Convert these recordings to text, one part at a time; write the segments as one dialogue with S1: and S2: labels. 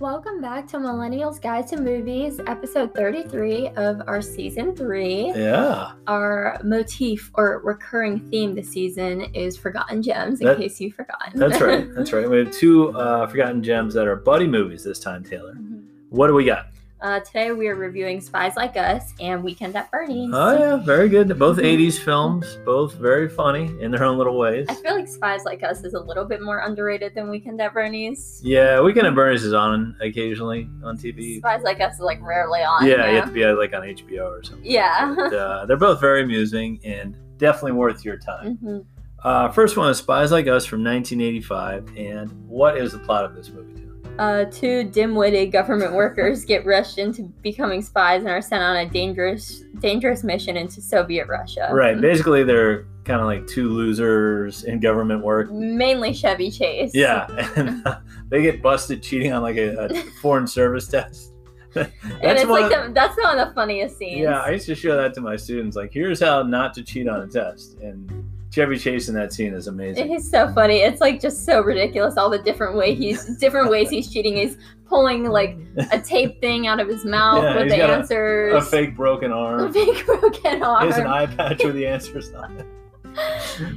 S1: Welcome back to Millennials Guide to Movies, episode 33 of our season three.
S2: Yeah.
S1: Our motif or recurring theme this season is Forgotten Gems, in
S2: That-
S1: case you've forgotten.
S2: That's right. That's right. We have two uh, forgotten gems that are buddy movies this time, Taylor. What do we got?
S1: uh, today we are reviewing Spies Like Us and Weekend at Bernie's.
S2: Oh yeah, very good. Both
S1: Mhm.
S2: '80s films, both very funny in their own little ways.
S1: I feel like Spies Like Us is a little bit more underrated than Weekend at Bernie's.
S2: Yeah, Weekend at Bernie's is on occasionally on TV.
S1: Spies Like Us is like rarely on.
S2: yeah, you
S1: you
S2: have to be uh, like on HBO or something.
S1: Yeah.
S2: But, uh, they're both very amusing and definitely worth your time.
S1: know? Mhm.
S2: Uh, first one is Spies Like Us from 1985. And what is the plot of this movie? Taylor?
S1: Uh, two dim-witted government workers get rushed into becoming spies and are sent on a dangerous, dangerous mission into Soviet Russia.
S2: Right. Basically, they're kind of like two losers in government work.
S1: Mainly Chevy Chase.
S2: Yeah, and uh, they get busted cheating on like a, a foreign service test.
S1: and
S2: That's
S1: it's like
S2: one. of-
S1: the, that's one of the funniest scenes.
S2: Yeah, I used to show that to my students. Like, here's how not to cheat on a test. And Chevy Chase in that scene is
S1: it
S2: amazing.
S1: is so funny. It's like just so ridiculous. All the different way he's different ways he's cheating. He's pulling like a tape thing out of his mouth
S2: Yeah,
S1: with
S2: he's
S1: the
S2: got a-
S1: answers.
S2: A fake broken
S1: A
S2: arm.
S1: big broken
S2: He
S1: arm.
S2: has an eye patch with the answers on it.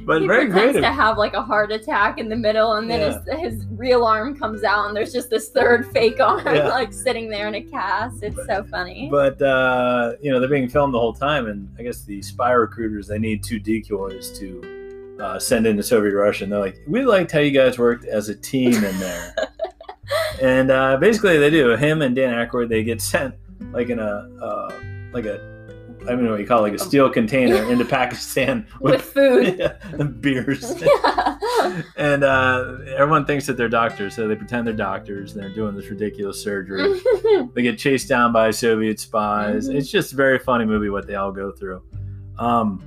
S2: But
S1: he
S2: very
S1: pretends
S2: creative.
S1: to have like a heart attack in the middle, and then his, his real arm comes out, and there's just this third fake arm
S2: Yeah.
S1: like sitting there in a cast. It's so funny.
S2: But uh, you know they're being filmed the whole time, and I guess the spy recruiters they need two decoys to uh, send into Soviet Russia, and they're like, "We liked how you guys worked as a team in there." and uh, basically, they do. Him and Dan Aykroyd they get sent like in a uh, like a I don't know what you call it, like a steel container into Pakistan
S1: with
S2: with,
S1: food.
S2: beers.
S1: yeah.
S2: And uh, everyone thinks that they're doctors, so they pretend they're doctors and they're doing this ridiculous surgery they get chased down by Soviet spies.
S1: Mhm.
S2: It's just a very funny movie what they all go through. Um,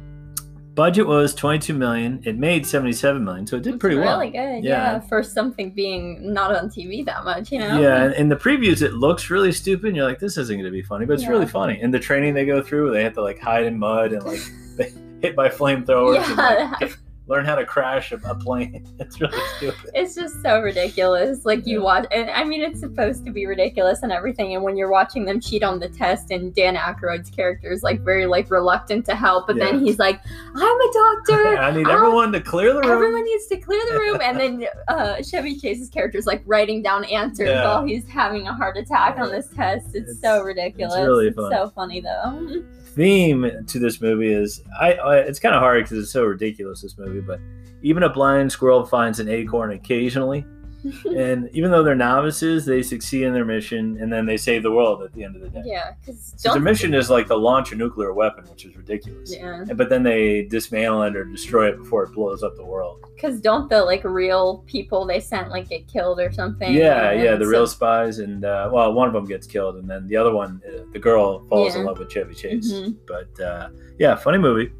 S2: budget was 22 million. It made 77 million, so it did
S1: It's
S2: pretty well.
S1: Really good. Yeah.
S2: Yeah.
S1: For something being not on TV that much, you know?
S2: Yeah, and in the previews, it looks really stupid. And you're like, this isn't going to be funny, but it's
S1: Yeah.
S2: really funny. And the training they go through, they have to like hide in mud and like they hit by flamethrowers and
S1: Yeah.
S2: like, get- learn how to crash a, a plane. It's really stupid.
S1: It's just so ridiculous. Like you
S2: Yeah.
S1: watch, and I mean, it's supposed to be ridiculous and everything. And when you're watching them cheat on the test, and Dan Aykroyd's character is like very like reluctant to help, but then
S2: Yeah.
S1: he's like, "I'm a doctor.
S2: I need
S1: I'll-
S2: everyone to clear the room.
S1: Everyone needs to clear the room." And then uh, Chevy Chase's character is like writing down answers
S2: Yeah.
S1: while he's having a heart attack on this test. It's,
S2: It's-
S1: so ridiculous.
S2: really funny.
S1: so funny though.
S2: theme to this movie is I, I it's kind of hard because it's so ridiculous this movie, but even a blind squirrel finds an acorn occasionally. and even though they're novices, they succeed in their mission and then they save the world at the end of the day.
S1: yeah, because
S2: So their mission is like to launch a nuclear weapon, which is ridiculous.
S1: Yeah,
S2: And- But then they dismantle it or destroy it before it blows up the world.
S1: because don't the like real people they sent like get killed or something?
S2: yeah, yeah,
S1: And
S2: the
S1: so-
S2: real spies. And uh, well, one of them gets killed, and then the other one, uh, the girl, falls in
S1: Yeah.
S2: love with Chevy Chase.
S1: Mhm.
S2: But uh, yeah, funny movie.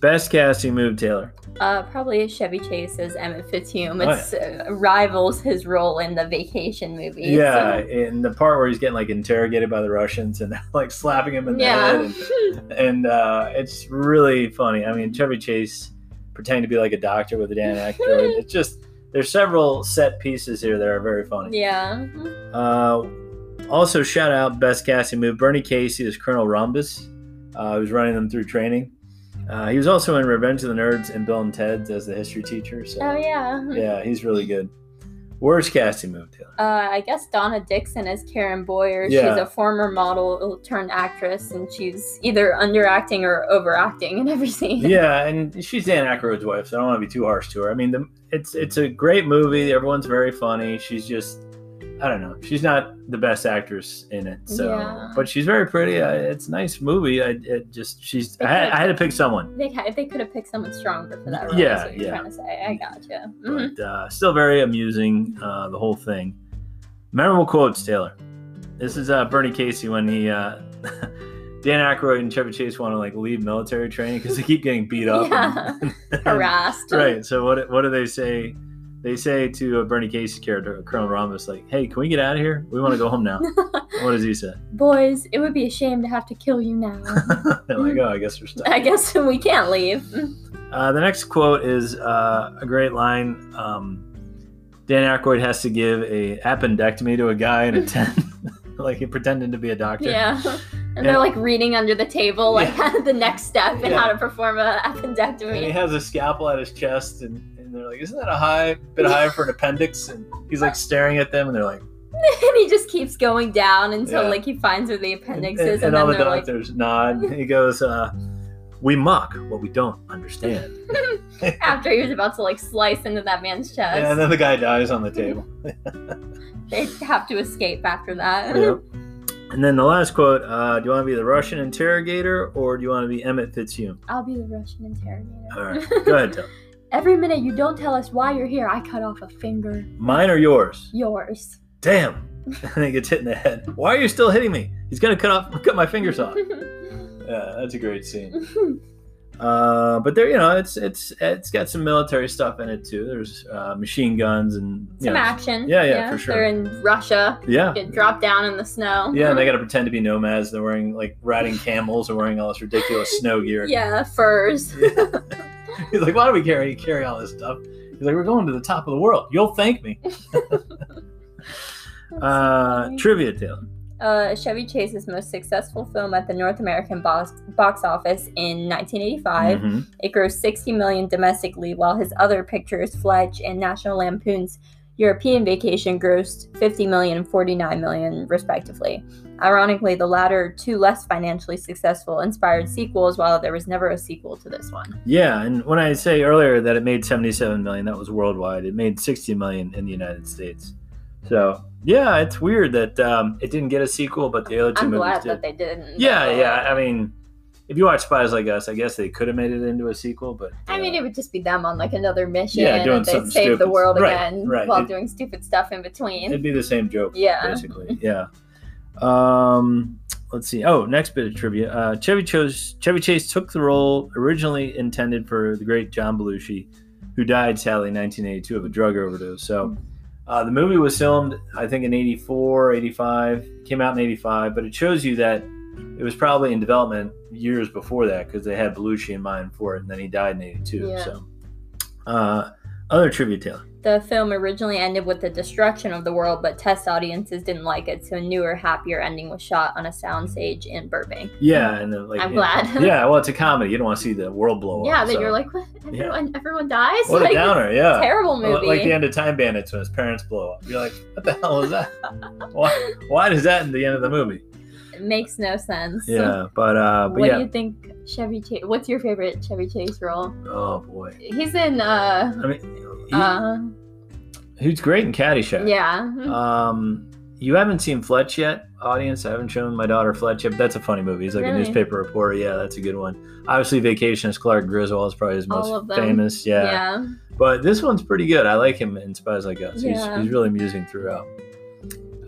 S2: Best casting move, Taylor.
S1: Uh, probably Chevy Chase as Emmett Fitzhume.
S2: Oh,
S1: It's uh, rivals his role in the Vacation movie.
S2: Yeah,
S1: so-
S2: in the part where he's getting like interrogated by the Russians and they're like slapping him in the
S1: yeah.
S2: head, and, and, uh, it's really funny. I mean, Chevy Chase pretending to be like a doctor with a Dan Aykroyd. it's just there's several set pieces here that are very funny.
S1: yeah.
S2: Uh, also, shout out best casting move Bernie Casey is Colonel Rhombus, uh, who's running them through training. Uh, he was also in Revenge of the Nerds and Bill and Ted's as the history teacher. So
S1: Oh, yeah.
S2: yeah, he's really good. Worst casting move, Taylor.
S1: Uh, I guess Donna Dixon as Karen Boyer.
S2: Yeah.
S1: She's a former model turned actress, and she's either underacting or overacting in every scene.
S2: yeah, and she's Dan Aykroyd's wife, so I don't want to be too harsh to her. I mean, the, it's it's a great movie. Everyone's very funny. She's just, I don't know, she's not the best actress in it. So,
S1: Yeah.
S2: but she's very pretty. I, it's a nice movie. I it just she's. I had, I had to pick someone,
S1: They, ca- they could have picked someone stronger for that role.
S2: Yeah,
S1: is what you're
S2: yeah.
S1: trying to say. I gotcha. Mhm.
S2: but uh, still very amusing. Uh, the whole thing. Memorable quotes, Taylor. This is uh, Bernie Casey when he. Uh, Dan Aykroyd and Chevy Chase want to like leave military training because they keep getting beat up.
S1: Yeah.
S2: and- and-
S1: Harassed.
S2: Right. So what what do they say? They say to uh, Bernie Casey's character, Colonel Ramos, like, "Hey, can we get out of here? We want to go home now." what does he say?
S1: Boys, it would be a shame to have to kill you now.
S2: They're like, "Oh, I guess we're stuck."
S1: I guess we can't leave.
S2: Uh, the next quote is uh, a great line. Um, Dan Aykroyd has to give a appendectomy to a guy in a tent, like he pretending to be a doctor.
S1: Yeah. And
S2: Yeah.
S1: they're like reading under the table, like the next step and
S2: Yeah.
S1: how to perform a
S2: And he
S1: appendectomy.
S2: has a scalpel at his chest, and, and they're like, "Isn't that a high bit high for an appendix?" And he's like staring at them, and they're like,
S1: and he just keeps going down until
S2: Yeah.
S1: like he finds where the appendix
S2: and,
S1: is,
S2: and,
S1: and,
S2: all the
S1: then they're like,
S2: doctors nod. and He goes, uh, "We mock what we don't understand."
S1: after he was about to like slice into that man's chest,
S2: And then the guy dies on the table.
S1: they have to escape after that.
S2: Yep. And then the last quote: uh, Do you want to be the Russian interrogator or do you want to be Emmett Fitzhugh?
S1: I'll be the Russian interrogator.
S2: All right, go ahead. Tell.
S1: Every minute you don't tell us why you're here, I cut off a finger.
S2: Mine or yours?
S1: Yours.
S2: Damn! And he gets hit in the head. Why are you still hitting me? He's gonna cut off, cut my fingers off. Yeah, that's a great scene. Uh, but there, you know, it's it's it's got some military stuff in it too. There's uh, machine guns and you
S1: Some
S2: know,
S1: action.
S2: Yeah, yeah, for sure.
S1: They're in Russia.
S2: yeah,
S1: Get dropped down in the snow.
S2: yeah, and they got to pretend to be nomads. They're wearing like riding camels or wearing all this ridiculous snow gear.
S1: Yeah, furs.
S2: He's like, why do we carry carry all this stuff? He's like, we're going to the top of the world. You'll thank me. Uh, trivia, Taylor.
S1: uh, Chevy Chase's most successful film at the North American box, box office in 1985.
S2: Mhm.
S1: It grossed 60 million domestically, while his other pictures, Fledge and National Lampoon's European Vacation, grossed 50 million and 49 million, respectively. Ironically, the latter two less financially successful inspired sequels, while there was never a sequel to this one.
S2: Yeah, and when I say earlier that it made seventy-seven million, that was worldwide. It made sixty million in the United States. So yeah, it's weird that um, it didn't get a sequel, but the other 2
S1: I'm
S2: movies
S1: glad
S2: did.
S1: that they didn't.
S2: Yeah, yeah. I mean, if you watch Spies Like Us, I guess they could have made it into a sequel, but
S1: I
S2: uh,
S1: mean, it would just be them on like another mission,
S2: Yeah, doing
S1: and they
S2: something
S1: save the
S2: stupid.
S1: world
S2: Right,
S1: again
S2: right.
S1: while
S2: It-
S1: doing stupid stuff in between.
S2: it'd be the same joke,
S1: yeah.
S2: basically. Yeah. Um, let's see. Oh, next bit of trivia. Uh, Chevy chose Chevy Chase took the role originally intended for the great John Belushi, who died sadly in 1982 of a drug overdose. So. Uh, the movie was filmed, I think, in 84, 85, came out in 85, but it shows you that it was probably in development years before that because they had Belushi in mind for it, and then he died in 82.
S1: Yeah.
S2: So, uh, other trivia, Taylor.
S1: The film originally ended with the destruction of the world, but test audiences didn't like it, so a newer, happier ending was shot on a soundstage in Burbank.
S2: Yeah, and then, like
S1: Um, I'm
S2: you
S1: glad.
S2: yeah, well, it's a comedy. You don't want to see the world blow
S1: yeah,
S2: up.
S1: then
S2: Oh, so-
S1: you're like, what?
S2: Yeah.
S1: Everyone, everyone dies.
S2: what
S1: like,
S2: a downer. Yeah,
S1: Terrible
S2: Well,
S1: movie.
S2: like the end of Time Bandits when his parents blow up. You're like, what the hell was that? why? Why does that in the end of the movie?
S1: It makes no sense.
S2: Yeah, but uh, but
S1: what
S2: yeah.
S1: do you think, Chevy Chase? What's your favorite Chevy Chase role?
S2: oh boy.
S1: He's in, uh,
S2: I mean, he-
S1: uh,
S2: who's great in Caddyshack.
S1: yeah.
S2: Um, you haven't seen Fletch yet, audience. I haven't shown my daughter Fletch yet. but That's a funny movie. He's like a
S1: Really?
S2: newspaper reporter. Yeah, that's a good one. Obviously, Vacation is Clark Griswold is probably his
S1: All
S2: most
S1: of them.
S2: famous. Yeah.
S1: yeah.
S2: but this one's pretty good. I like him in Spies Like Us.
S1: Yeah.
S2: He's, he's really amusing throughout.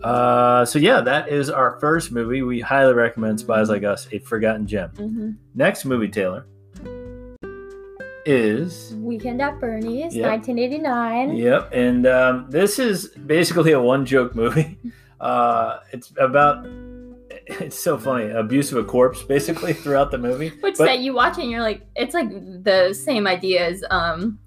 S2: Uh, so yeah, that is our first movie. We highly recommend Spies Like Us, a forgotten gem.
S1: Mhm.
S2: Next movie, Taylor, is
S1: Weekend at Bernie's,
S2: Yeah.
S1: 1989.
S2: Yep, and um, this is basically a one-joke movie. Uh, it's about it's so funny abuse of a corpse basically throughout the movie.
S1: Which
S2: But-
S1: that you watch it and you're like, it's like the same idea as um,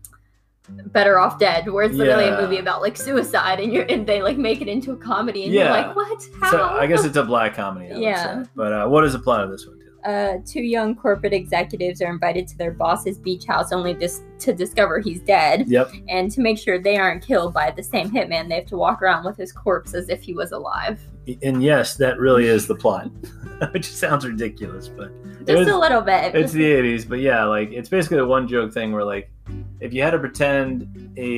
S1: Better Off Dead, where it's literally
S2: Yeah.
S1: a movie about like suicide, and you're and they like make it into a comedy, and
S2: Yeah.
S1: you're like, what? How?
S2: So I guess it's a black comedy. I would
S1: Yeah.
S2: say. But uh, what is the plot of this one? Taylor?
S1: uh, two young corporate executives are invited to their boss's beach house, only dis- to discover he's dead,
S2: Yep.
S1: and to make sure they aren't killed by the same hitman, they have to walk around with his corpse as if he was alive,
S2: And yes, that really is the plot, which sounds ridiculous, but
S1: just
S2: was-
S1: a little bit.
S2: it's the 80s but yeah like it's basically a one joke thing where like if you had to pretend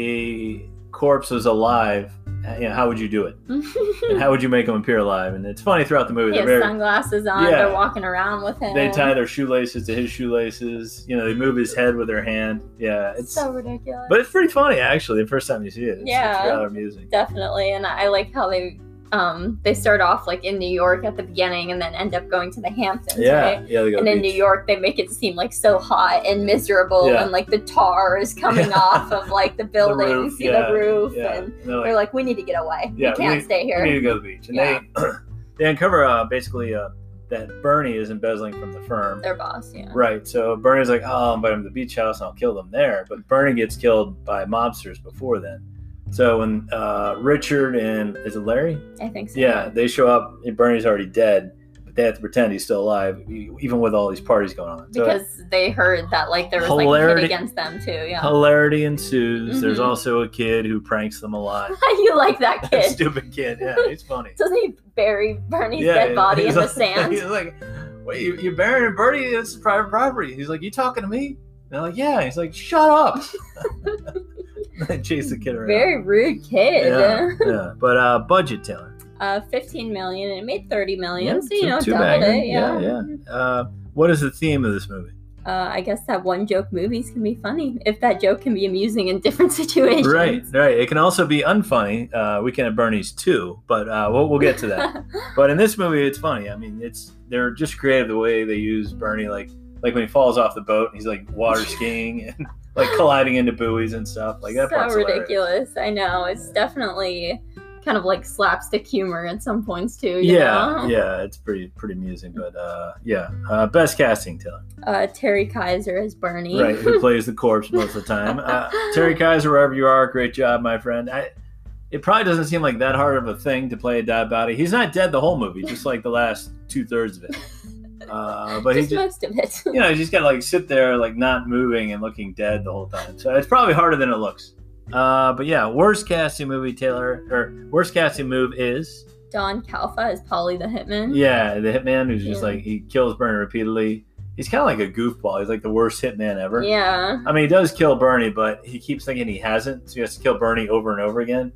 S2: a corpse was alive uh, you know, how would you do it and how would you make them appear alive and it's funny throughout the movie
S1: he
S2: they're
S1: has
S2: very,
S1: sunglasses on.
S2: Yeah.
S1: They're walking around with him.
S2: they tie their shoelaces to his shoelaces you know they move his head with their hand yeah it's
S1: so ridiculous.
S2: but it's pretty funny actually the first time you see it it's,
S1: Yeah.
S2: it's rather amusing
S1: definitely and i like how they um they start off like in new york at the beginning and then end up going to the hamptons
S2: yeah
S1: right
S2: yeah they go to
S1: and
S2: the
S1: in new
S2: beach.
S1: york they make it seem like so hot and miserable
S2: Yeah.
S1: and like the tar is coming off of like the buildings
S2: roof,
S1: you
S2: yeah,
S1: the roof
S2: yeah
S1: and
S2: And they're like,
S1: they're like we need to get away
S2: Yeah, we
S1: we can't
S2: need-
S1: stay here
S2: We need to go to the beach. And
S1: Yeah.
S2: they they uncover uh, basically uh, that Bernie is embezzling from the firm.
S1: their boss yeah
S2: Right. So Bernie's like, oh, I'll invite him to the beach house and I'll kill them there. But Bernie gets killed by mobsters before then. So when uh, Richard and is it Larry?
S1: I think so.
S2: Yeah, they show up. and Bernie's already dead, but they have to pretend he's still alive, e- even with all these parties going on. So
S1: Because they heard that like there was like a
S2: Hilarity-
S1: kid against them too. Yeah.
S2: hilarity ensues. There's
S1: Mhm.
S2: also a kid who pranks them a lot.
S1: you like that
S2: That
S1: kid.
S2: stupid kid. Yeah, he's funny.
S1: Doesn't he bury Bernie's dead body in
S2: he's
S1: the
S2: like- He's
S1: sand?
S2: like, wait, you, you're burying Bernie? This is private property. He's like, you talking to me? And they're like, yeah. He's like, shut up. they chase the kid around.
S1: Very rude kid.
S2: yeah, yeah. But uh, budget, Taylor.
S1: Uh, 15 million. and It made 30 million.
S2: Yeah,
S1: so you
S2: two-
S1: know,
S2: two
S1: doubled
S2: bagger.
S1: it. Yeah.
S2: yeah. yeah. Uh, what is the theme of this movie?
S1: Uh, I guess that one joke movies can be funny if that joke can be amusing in different situations.
S2: Right, right. It can also be unfunny. Uh, Weekend at Bernie's too, but uh, we'll, we'll get to that. but in this movie, it's funny. I mean, it's they're just creative the way they use Bernie, like like when he falls off the boat, and he's like water skiing and like colliding into buoys and stuff. Like that part's
S1: so
S2: hilarious.
S1: ridiculous. I know. It's definitely kind of like slapstick humor at some points too. you
S2: Yeah,
S1: know?
S2: yeah, it's pretty pretty amusing, but uh, yeah, uh, best casting Taylor,
S1: Uh, Terry Kaiser as Bernie.
S2: right? Who plays the corpse most of the time? Uh, Terry Kaiser, wherever you are, great job, my friend. I, it probably doesn't seem like that hard of a thing to play a dead body. He's not dead the whole movie, just like the last two thirds of it. Uh, but
S1: just
S2: he just,
S1: most of it.
S2: you know, you just gotta like sit there, like not moving and looking dead the whole time. So it's probably harder than it looks. Uh, but yeah, worst casting movie, Taylor, or worst casting move is
S1: Don Calfa as Polly the Hitman.
S2: yeah, the hitman who's just
S1: Yeah.
S2: like he kills Bernie repeatedly. He's kind of like a goofball. He's like the worst hitman ever.
S1: Yeah.
S2: I mean, he does kill Bernie, but he keeps thinking he hasn't, so he has to kill Bernie over and over again.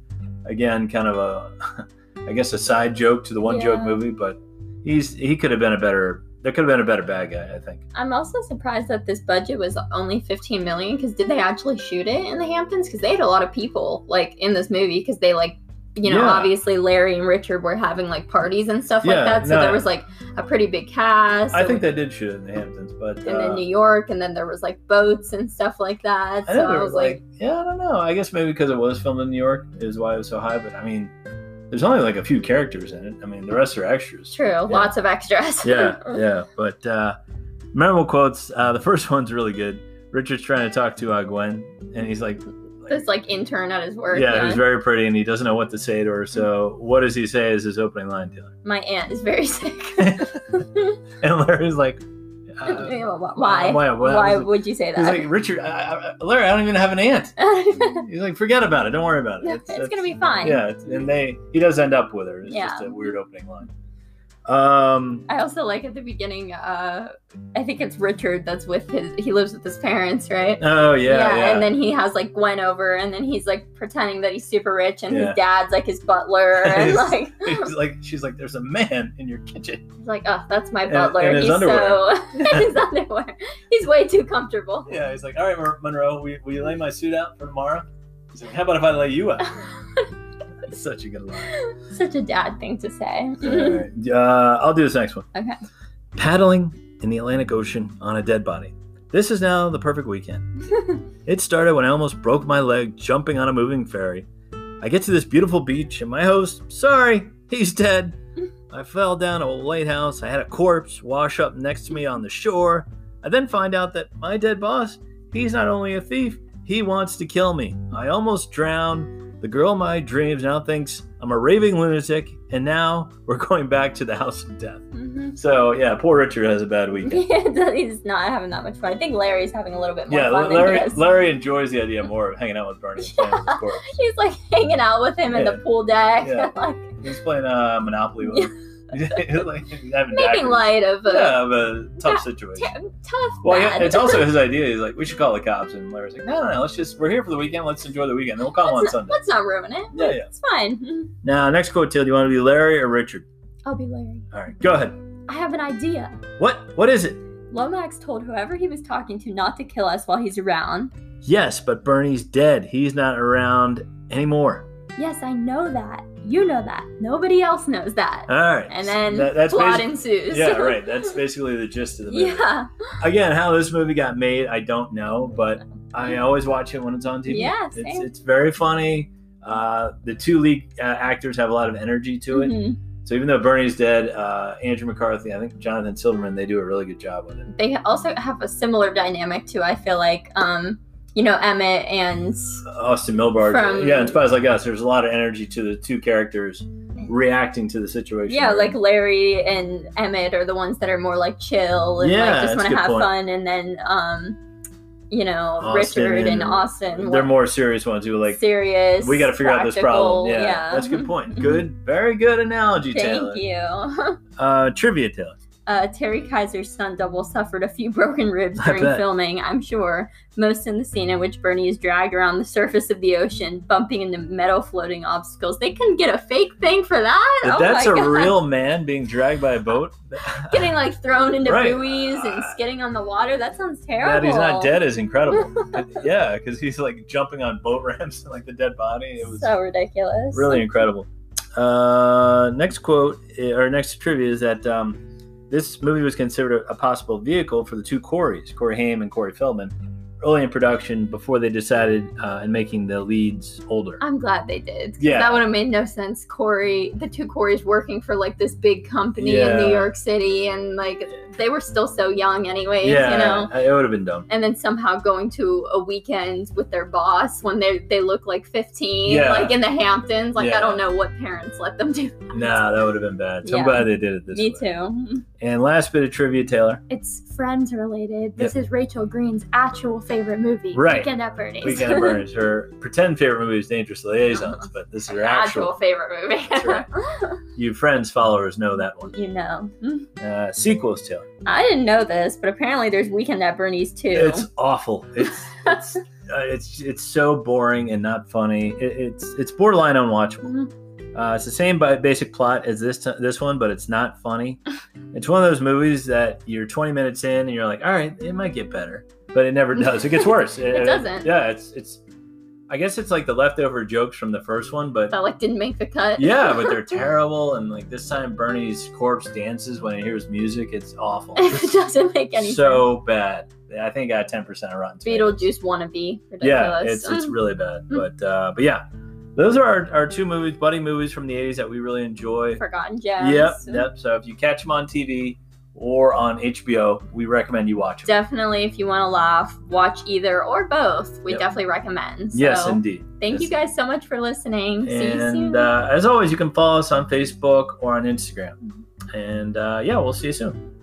S2: Again, kind of a, I guess, a side joke to the one joke
S1: Yeah.
S2: movie, but he's he could have been a better. There could have been a better bad guy, I think.
S1: I'm also surprised that this budget was only 15 million because did they actually shoot it in the Hamptons? Because they had a lot of people like in this movie because they like, you know,
S2: Yeah.
S1: obviously Larry and Richard were having like parties and stuff
S2: Yeah,
S1: like that. So
S2: no.
S1: there was like a pretty big cast.
S2: I
S1: and-
S2: think they did shoot it in the Hamptons, but
S1: and
S2: uh,
S1: then New York, and then there was like boats and stuff like that.
S2: I
S1: So
S2: know
S1: I
S2: there
S1: was
S2: was
S1: like,
S2: like, yeah, I don't know. I guess maybe because it was filmed in New York is why it was so high. But I mean, there's only like a few characters in it. I mean, the rest are extras.
S1: true, lots of extras.
S2: yeah, yeah. But uh, memorable quotes. Uh, the first one's really good. Richard's trying to talk to uh, Gwen, and he's like,
S1: this like intern at his work.
S2: yeah, he's very pretty, and he doesn't know what to say to her. So,
S1: Mm-hmm.
S2: what does he say as his opening line, Taylor?
S1: my aunt is very sick.
S2: And Larry's like, uh,
S1: Yeah, wh- why?
S2: why- why-
S1: Why would you say
S2: he's
S1: that?
S2: like, Richard, I, I, Larry, I don't even have an aunt. He's like, forget about it. Don't worry about it.
S1: No, it's gonna be fine.
S2: Yeah, it's- and they he does end up with her. It's
S1: Yeah.
S2: just a weird opening line. Um,
S1: I also like at the beginning. Uh, I think it's Richard that's with his. He lives with his parents, right?
S2: oh yeah, yeah.
S1: and then he has like Gwen over, and then he's like pretending that he's super rich, and
S2: Yeah.
S1: his dad's like his butler, and
S2: His-
S1: like
S2: He's like, she's like, there's a man in your kitchen.
S1: He's like, oh, that's my
S2: And-
S1: butler.
S2: and his
S1: he's so
S2: underwear.
S1: his underwear. He's way too comfortable.
S2: Yeah, he's like, all right, Mon- Monroe, will, will you lay my suit out for tomorrow? He's like, how about if I lay you out? It's such a good line.
S1: Such a dad thing to say.
S2: All right, uh, I'll do this next one.
S1: Okay.
S2: Paddling in the Atlantic Ocean on a dead body. This is now the perfect weekend. It started when I almost broke my leg jumping on a moving ferry. I get to this beautiful beach, and my host, sorry, he's dead. I fell down a lighthouse. I had a corpse wash up next to me on the shore. I then find out that my dead boss, he's not only a thief, he wants to kill me. I almost drowned. The girl of my dreams now thinks I'm a raving lunatic, and now we're going back to the house of death.
S1: Mhm.
S2: So, yeah, poor Richard has a bad weekend.
S1: Yeah, he's not having that much fun. I think Larry's having a little bit more
S2: Yeah,
S1: fun than he
S2: Larry,
S1: is.
S2: Larry enjoys the idea more of hanging out with Bernie. than his corpse.
S1: He's like hanging out with him in the
S2: Yeah.
S1: pool deck,
S2: Yeah.
S1: like
S2: He's playing uh, Monopoly with him. like, he's
S1: making
S2: having daggers.
S1: light of uh, a
S2: Yeah, of a
S1: Yeah,
S2: tough situation.
S1: t- tough
S2: Well, yeah,
S1: dad.
S2: it's also his idea. He's like, we should call the cops. And Larry's like, no, no, no, let's just, we're here for the weekend. Let's enjoy the weekend. Then we'll call them on
S1: let's, not,
S2: Sunday.
S1: let's not ruin it.
S2: Yeah, yeah.
S1: It's fine.
S2: Now, next quote, Till, do you want to be Larry or Richard?
S1: I'll be Larry.
S2: All right, go ahead.
S1: I have an idea.
S2: What? What is it?
S1: Lomax told whoever he was talking to not to kill us while he's around.
S2: Yes, but Bernie's dead. He's not around anymore.
S1: Yes, I know that. You know that. Nobody else knows that.
S2: All right.
S1: and then
S2: That- that's
S1: plot
S2: basi-
S1: ensues.
S2: Yeah, right. That's basically the gist of the movie.
S1: yeah,
S2: Again, how this movie got made, I don't know, but I always watch it when it's on TV.
S1: Yeah,
S2: it's,
S1: same.
S2: it's very funny. Uh, the two lead uh, actors have a lot of energy to it.
S1: Mhm.
S2: So even though Bernie's dead, uh, Andrew McCarthy, I think Jonathan Silverman, they do a really good job with it.
S1: They also have a similar dynamic too. I feel like um, you know, Emmett and
S2: Uh, Austin Milbard.
S1: From-
S2: yeah, and Spies Like Us. There's a lot of energy to the two characters reacting to the situation.
S1: Mm-hmm. yeah,
S2: they're
S1: like
S2: in.
S1: Larry and Emmett are the ones that are more like chill and
S2: Yeah,
S1: like just
S2: that's
S1: want
S2: a
S1: to
S2: good
S1: have
S2: point.
S1: fun, and then um, you know,
S2: Austin
S1: Richard and,
S2: and-
S1: Austin
S2: they're
S1: were
S2: more serious ones who are like
S1: serious.
S2: we got to figure out this problem. Yeah,
S1: practical,
S2: that's a good point. Good, very good analogy, Taylor.
S1: Thank you.
S2: Uh, trivia, Taylor.
S1: Uh, Terry Kaiser's stunt double suffered a few broken ribs
S2: I
S1: during
S2: bet.
S1: filming, I'm sure, most in the scene in which Bernie is dragged around the surface of the ocean, bumping into metal floating obstacles. They couldn't get a fake thing for that?
S2: If
S1: oh
S2: that's
S1: my
S2: a
S1: God.
S2: real man being dragged by a boat,
S1: Getting like thrown into
S2: Right.
S1: buoys and skidding on the water. That sounds terrible.
S2: that he's not dead is incredible. yeah, because he's like jumping on boat ramps like the dead body. It was
S1: so ridiculous.
S2: really incredible. Uh, next quote eh, or next trivia is that um, this movie was considered a, a possible vehicle for the two Coreys, Corey Haim and Corey Feldman, early in production before they decided uh, in making the leads older.
S1: I'm glad they did. 'cause
S2: Yeah.
S1: That would have made no sense. Corey, the two Corys working for like this big company in New
S2: Yeah.
S1: York City, and like they were still so young, anyways,
S2: yeah,
S1: you know?
S2: I- it would have been dumb.
S1: and then somehow going to a weekend with their boss when they they look like 15
S2: Yeah.
S1: like in the hamptons like i
S2: Yeah.
S1: don't know what parents let them do that.
S2: Nah, that would have been bad. So
S1: Yeah.
S2: I'm glad they did it this
S1: me
S2: way.
S1: too
S2: And last bit of trivia, Taylor.
S1: it's friends related this is rachel green's actual favorite movie
S2: Right.
S1: weekend at bernie's
S2: Weekend at Bernie's. Her pretend favorite movie is Dangerous Liaisons, but this is her
S1: actual,
S2: actual.
S1: favorite movie
S2: That's right. You friends, followers know that one.
S1: you know Hmm.
S2: Uh, sequels, Taylor.
S1: i didn't know this but apparently there's weekend at bernie's too
S2: It's awful. It's it's uh, it's it's so boring and not funny. It, it's it's borderline unwatchable.
S1: Mhm.
S2: Uh, it's the same bi- basic plot as this t- this one, but it's not funny. It's one of those movies that you're 20 minutes in and you're like, all right, it might get better, but it never does. It gets worse.
S1: It doesn't.
S2: Yeah, it's it's. I guess it's like the leftover jokes from the first one, but
S1: that like didn't make the cut
S2: yeah, but they're terrible. And like this time, Bernie's corpse dances when he hears music. It's awful.
S1: it doesn't make any
S2: so bad. I think I got 10% of Rotten
S1: sense
S2: Tomatoes.
S1: beetlejuice wannabe ridiculous
S2: Yeah, it's, it's really bad. But uh, but yeah, those are our, our two movies, buddy movies from the 80s that we really enjoy.
S1: forgotten jazz
S2: Yep, yep. So if you catch them on TV or on HBO, we recommend you watch them.
S1: definitely if you want to laugh watch either or both we
S2: Yep.
S1: definitely recommend so
S2: Yes, indeed.
S1: thank you guys so much for listening see you soon
S2: And
S1: Mm-hmm.
S2: uh, as always, you can follow us on Facebook or on Instagram. And uh, yeah, we'll see you soon.